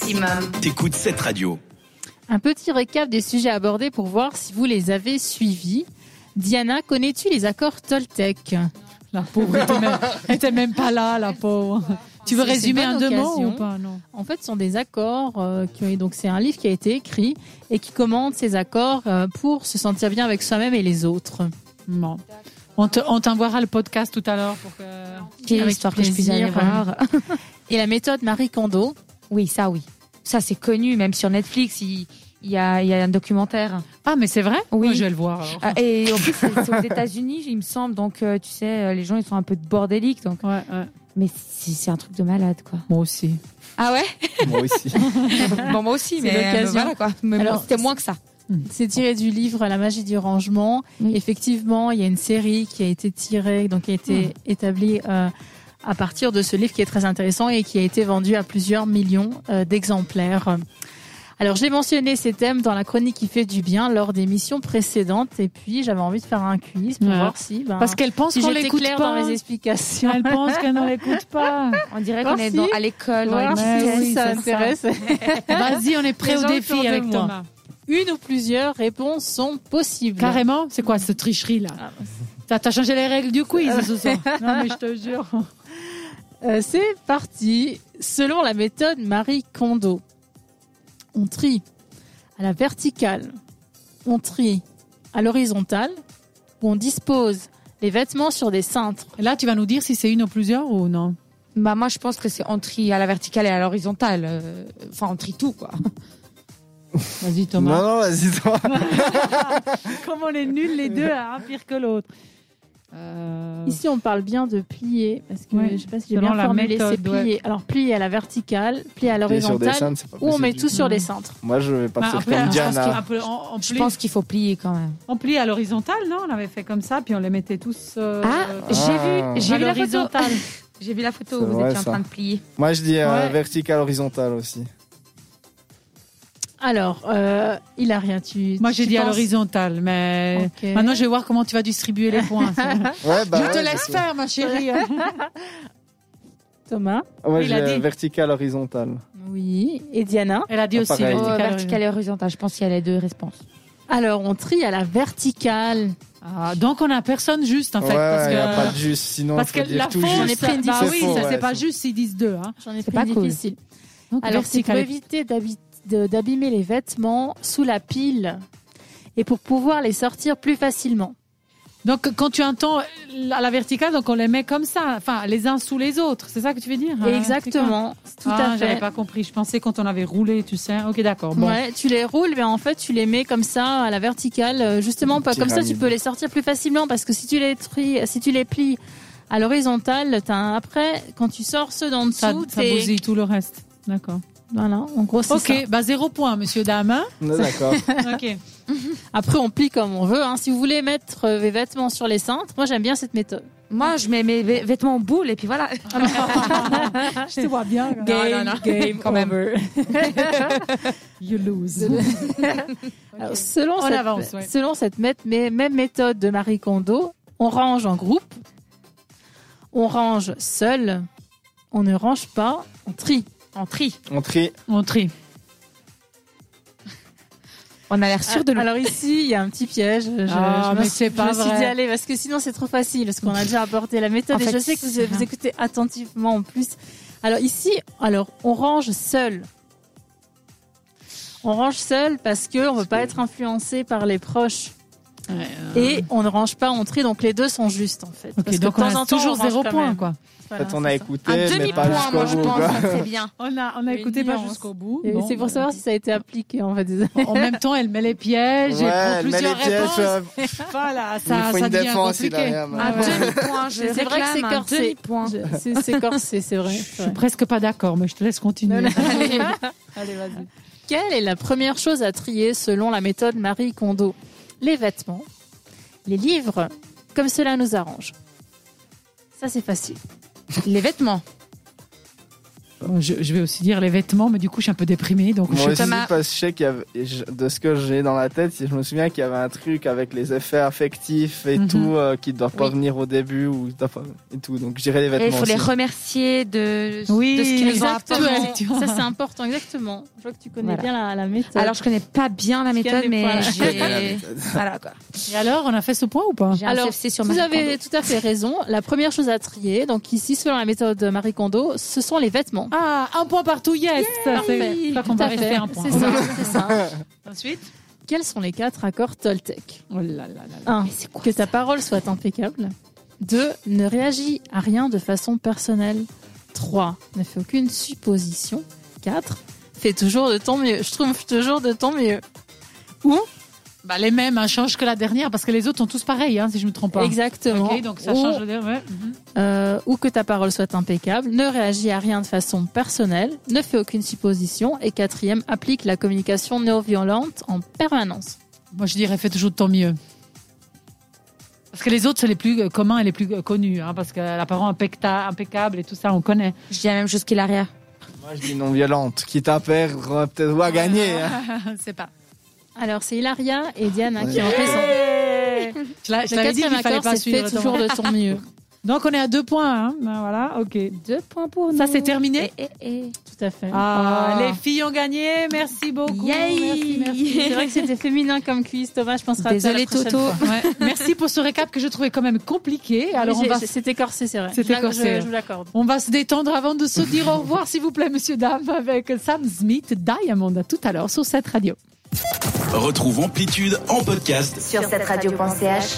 maximum. T'écoutes cette radio. Un petit récap des sujets abordés pour voir si vous les avez suivis. Diana, connais-tu les accords Toltec La pauvre, elle était même, elle était même pas là, la pauvre. Tu veux C'est- c'est résumer bonne en deux mots occasion. ou pas Non. En fait, ce sont des accords euh, qui ont donc c'est un livre qui a été écrit et qui commande ces accords euh, pour se sentir bien avec soi-même et les autres. Non. On te- on t'envoiera le podcast tout à l'heure pour que. Quelle Avec histoire que je puisse plaisir. aller voir. Et la méthode Marie Kondo, Oui, ça, oui. Ça, c'est connu, même sur Netflix, il, il y, a, il y a un documentaire. Ah, mais c'est vrai Oui. Moi, Je vais le voir. alors. Ah, et en plus, c'est c'est aux États-Unis, il me semble. Donc, euh, tu sais, euh, les gens, ils sont un peu bordéliques. Donc... Ah. Ouais, ouais. Mais c'est c'est un truc de malade, quoi. Moi aussi. Ah ouais Moi aussi. Bon, moi aussi, mais, euh, voilà, quoi. Mais bon, c'était moins que ça. c'est tiré du livre La magie du rangement. Oui. Effectivement, il y a une série qui a été tirée, donc qui a Hmm. été établie euh, à partir de ce livre qui est très intéressant et qui a été vendu à plusieurs millions euh, d'exemplaires. Alors j'ai mentionné ces thèmes dans la chronique qui fait du bien lors des missions précédentes et puis j'avais envie de faire un quiz pour Ouais. voir si ben, Parce qu'elle pense si qu'on j'étais l'écoute claire pas. hein. dans mes explications. Elle pense qu'elle ne l'écoute pas. On dirait qu'on est Merci. dans- à l'école, dans les Voir Ouais, si lycées, oui, ça c'est intéresse. Eh ben, Vas-y, on est Les prêt au gens autour défi de avec moi. Thomas. Une ou plusieurs réponses sont possibles. Carrément C'est quoi cette tricherie là Ah, T'as t'as changé les règles du quiz ce soir. Non, mais je te jure. Euh, c'est parti. Selon la méthode Marie Kondo, on trie à la verticale, on trie à l'horizontale, où on dispose les vêtements sur des cintres. Et Là, tu vas nous dire si c'est une ou plusieurs ou non Bah moi je pense que c'est on trie à la verticale et à l'horizontale. Euh, Enfin on trie tout quoi. Vas-y, non, Thomas. non, vas-y, toi. Comme on est nuls les deux, à un pire que l'autre. Euh, Ici, on parle bien de plier, parce que Ah. Ouais, je ne sais pas si j'ai selon bien la formulé, c'est méthode, ouais. plier. Alors, plier à la verticale, plier à T'es sur des l'horizontale, scènes, c'est pas ou on possible met du tout tout. Mm. sur les cintres. Moi, je vais partir Bah, après, comme je pense Diana. qu'un peu- on, on Je plie, pense qu'il faut plier quand même. on plie à l'horizontale, non On avait fait comme ça, puis on les mettait tous. euh, Ah, Ah. j'ai vu, j'ai à vu la photo. l'horizontale. J'ai vu la photo C'est où vous vrai, étiez en ça. train de plier. Moi, je dis euh, Ouais. vertical, horizontal aussi. Alors, euh, il a rien. Tu, Moi, j'ai tu dit à penses- l'horizontale, mais Ok. maintenant, je vais voir comment tu vas distribuer les points. Ouais, bah, je te ouais, laisse c'est- faire, ma chérie. hein. Thomas. Ouais, Il a j'ai dit. vertical, horizontal. Oui. Et Diana. Elle a dit Ah, aussi pareil. Oh, vertical. verticale et horizontale, je pense qu'il y a les deux réponses. Alors, on trie à la verticale. Ah, donc, on a personne juste, en fait. ouais, parce ouais, y a pas que, de juste, sinon, parce faut que dire la tout faute, j'en ai juste. pris une bah C'est oui, faux, ça, ouais, c'est pas c'est juste s'ils disent deux. Hein. J'en ai C'est pris pas une cool. difficile. Donc, Alors, c'est pour vertical. éviter d'habi- de- d'abîmer les vêtements sous la pile et pour pouvoir les sortir plus facilement. Donc, quand tu entends à la verticale, donc on les met comme ça, enfin, les uns sous les autres. C'est ça que tu veux dire hein, Exactement, tout Ah, à J'avais fait. pas compris. Je pensais quand on avait roulé, tu sais. Ok, d'accord. Bon. Ouais, tu les roules, mais en fait, tu les mets comme ça à la verticale, euh, justement, pas comme ça, tu Pyramide. peux les sortir plus facilement parce que si tu les tries, si tu les plies à l'horizontale, t'as un- après, quand tu sors ceux d'en Ça, dessous, ça t'es- bousille tout le reste. D'accord. voilà, en gros, c'est Ok, bah zéro point, monsieur dame. hein. On est D'accord. ok. ça. Après, on plie comme on veut. hein. Si vous voulez mettre euh, vos vêtements sur les cintres, moi, j'aime bien cette méthode. Moi je mets mes vê- vêtements en boule et puis voilà. Ah, Je te vois bien. là. Game, game, quand même. You lose. Alors, selon, On cette, avance, ouais. selon cette mét- mais- même méthode de Marie Kondo, on range en groupe, on range seul, on ne range pas, on trie. On trie. On trie. On trie. On a l'air sûr de le Alors ici, il y a un petit piège. Je, je Ah, me mais suis- c'est pas je me suis vrai. dit, allez, parce que sinon c'est trop facile, parce qu'on a déjà abordé la méthode En et fait, je sais que vous, c'est vous rien. écoutez attentivement en plus. Alors ici, alors on range seul. On range seul parce que on veut pas être influencé par les proches. Ouais, euh. Et on ne range pas, on trie, donc les deux sont justes en fait. Ok, Parce que donc de on temps en a temps, toujours on range zéro quand point, même. quoi. En Voilà, c'est fait, on a ça. Un écouté, Ah, mais pas demi-point, jusqu'au moi je bout. pense, quoi. ça c'est bien. On a, on a Une écouté pas nuance. jusqu'au bout. Et Bon, c'est pour bah, savoir si ça a été appliqué en fait. désolé. En même temps, elle met les pièges, Ouais, elle prend elle met les plusieurs réponses. Ah, pièges. euh, Voilà, Il ça, faut ça une devient défense, il a compliqué. rien. Un demi-point, je C'est vrai que c'est réclame un corsé. demi-point. Je- c'est- C'est corsé, c'est vrai. c'est Je vrai. suis presque pas d'accord, mais je te laisse continuer. Allez. Quelle est la première chose à trier selon la méthode Marie Kondo Les vêtements, les livres, comme cela nous arrange. Ça c'est facile. Les vêtements. Bon, Euh, je, je vais aussi dire les vêtements, mais du coup, je suis un peu déprimée. Donc, Moi je- aussi, Thomas. parce que je sais qu'il y avait, et je- de ce que j'ai dans la tête, je me souviens qu'il y avait un truc avec les effets affectifs et Mhm. tout, euh, qui ne doivent pas Oui. venir au début ou doivent pas- et tout. Donc, j'irai les Et il vêtements faut les aussi. remercier de, Oui, de ce qu'ils nous ont exactement. apporté. Exactement. Ça, c'est important, exactement. Je vois que tu connais Voilà. bien la, la méthode. Alors, je connais pas bien la Parce qu'il y a méthode, des points. mais Voilà, j'ai. mais- Voilà quoi. Et alors, on a fait ce point ou pas J'ai un Alors, CFC sur vous Marie avez tout à fait raison. La première chose à trier, donc ici, selon la méthode Marie Kondo, ce sont les vêtements. Ah, un point partout, yes Parfait. Pas qu'on Tout va à fait. rester un point. C'est ça, c'est ça. Ensuite Quels sont les quatre accords Toltec Oh là là là là. 1. Mais c'est quoi Que ta parole soit impeccable. 2. Ne réagis à rien de façon personnelle. 3. Ne fais aucune supposition. 4. Fais toujours de ton mieux. Je trouve toujours de ton mieux. Bah, les mêmes, hein, change que la dernière, parce que les autres sont tous pareils, hein, si je ne me trompe pas. Exactement. Ok, donc ça Ou- change. de- ouais, mhm. euh, ou que ta parole soit impeccable, ne réagis à rien de façon personnelle, ne fais aucune supposition, et quatrième, applique la communication non violente en permanence. Moi, je dirais fais toujours de ton mieux. Parce que les autres, c'est les plus euh, communs et les plus euh, connus. hein, parce que l'apparent impecta- impeccable et tout ça, on connaît. Je dis la même chose qu'il a rien. Moi, je dis non violente. Quitte à perdre, euh, peut-être, ou à gagner. hein. c'est pas. Alors c'est Hilaria et Diana qui Ouais. ont raison. Je l'a- je Le l'avais dit quatrième qu'il fallait accord, pas c'est fais suivre. ton- toujours de ton mieux. Donc, on est à deux points. hein, ben voilà, ok. Deux points pour Ça, c'est terminé Eh, eh, Tout à fait. Ah, Ah. les filles ont gagné. Merci beaucoup. Yay. Merci, merci. C'est vrai que c'était féminin comme quiz, Thomas, je penserai Désolée, à toi la prochaine Toto. fois. Ouais, merci pour ce récap que je trouvais quand même compliqué. Alors, Oui, on j'ai- va, j'ai- C'était corsé, c'est vrai. C'était Je la- corsé. Je, je vous l'accorde. on va se détendre avant de se dire au revoir, s'il vous plaît, monsieur, dame, avec Sam Smith, Diamond. À tout à l'heure sur cette radio. Retrouve Amplitude en podcast sur cette radio.ch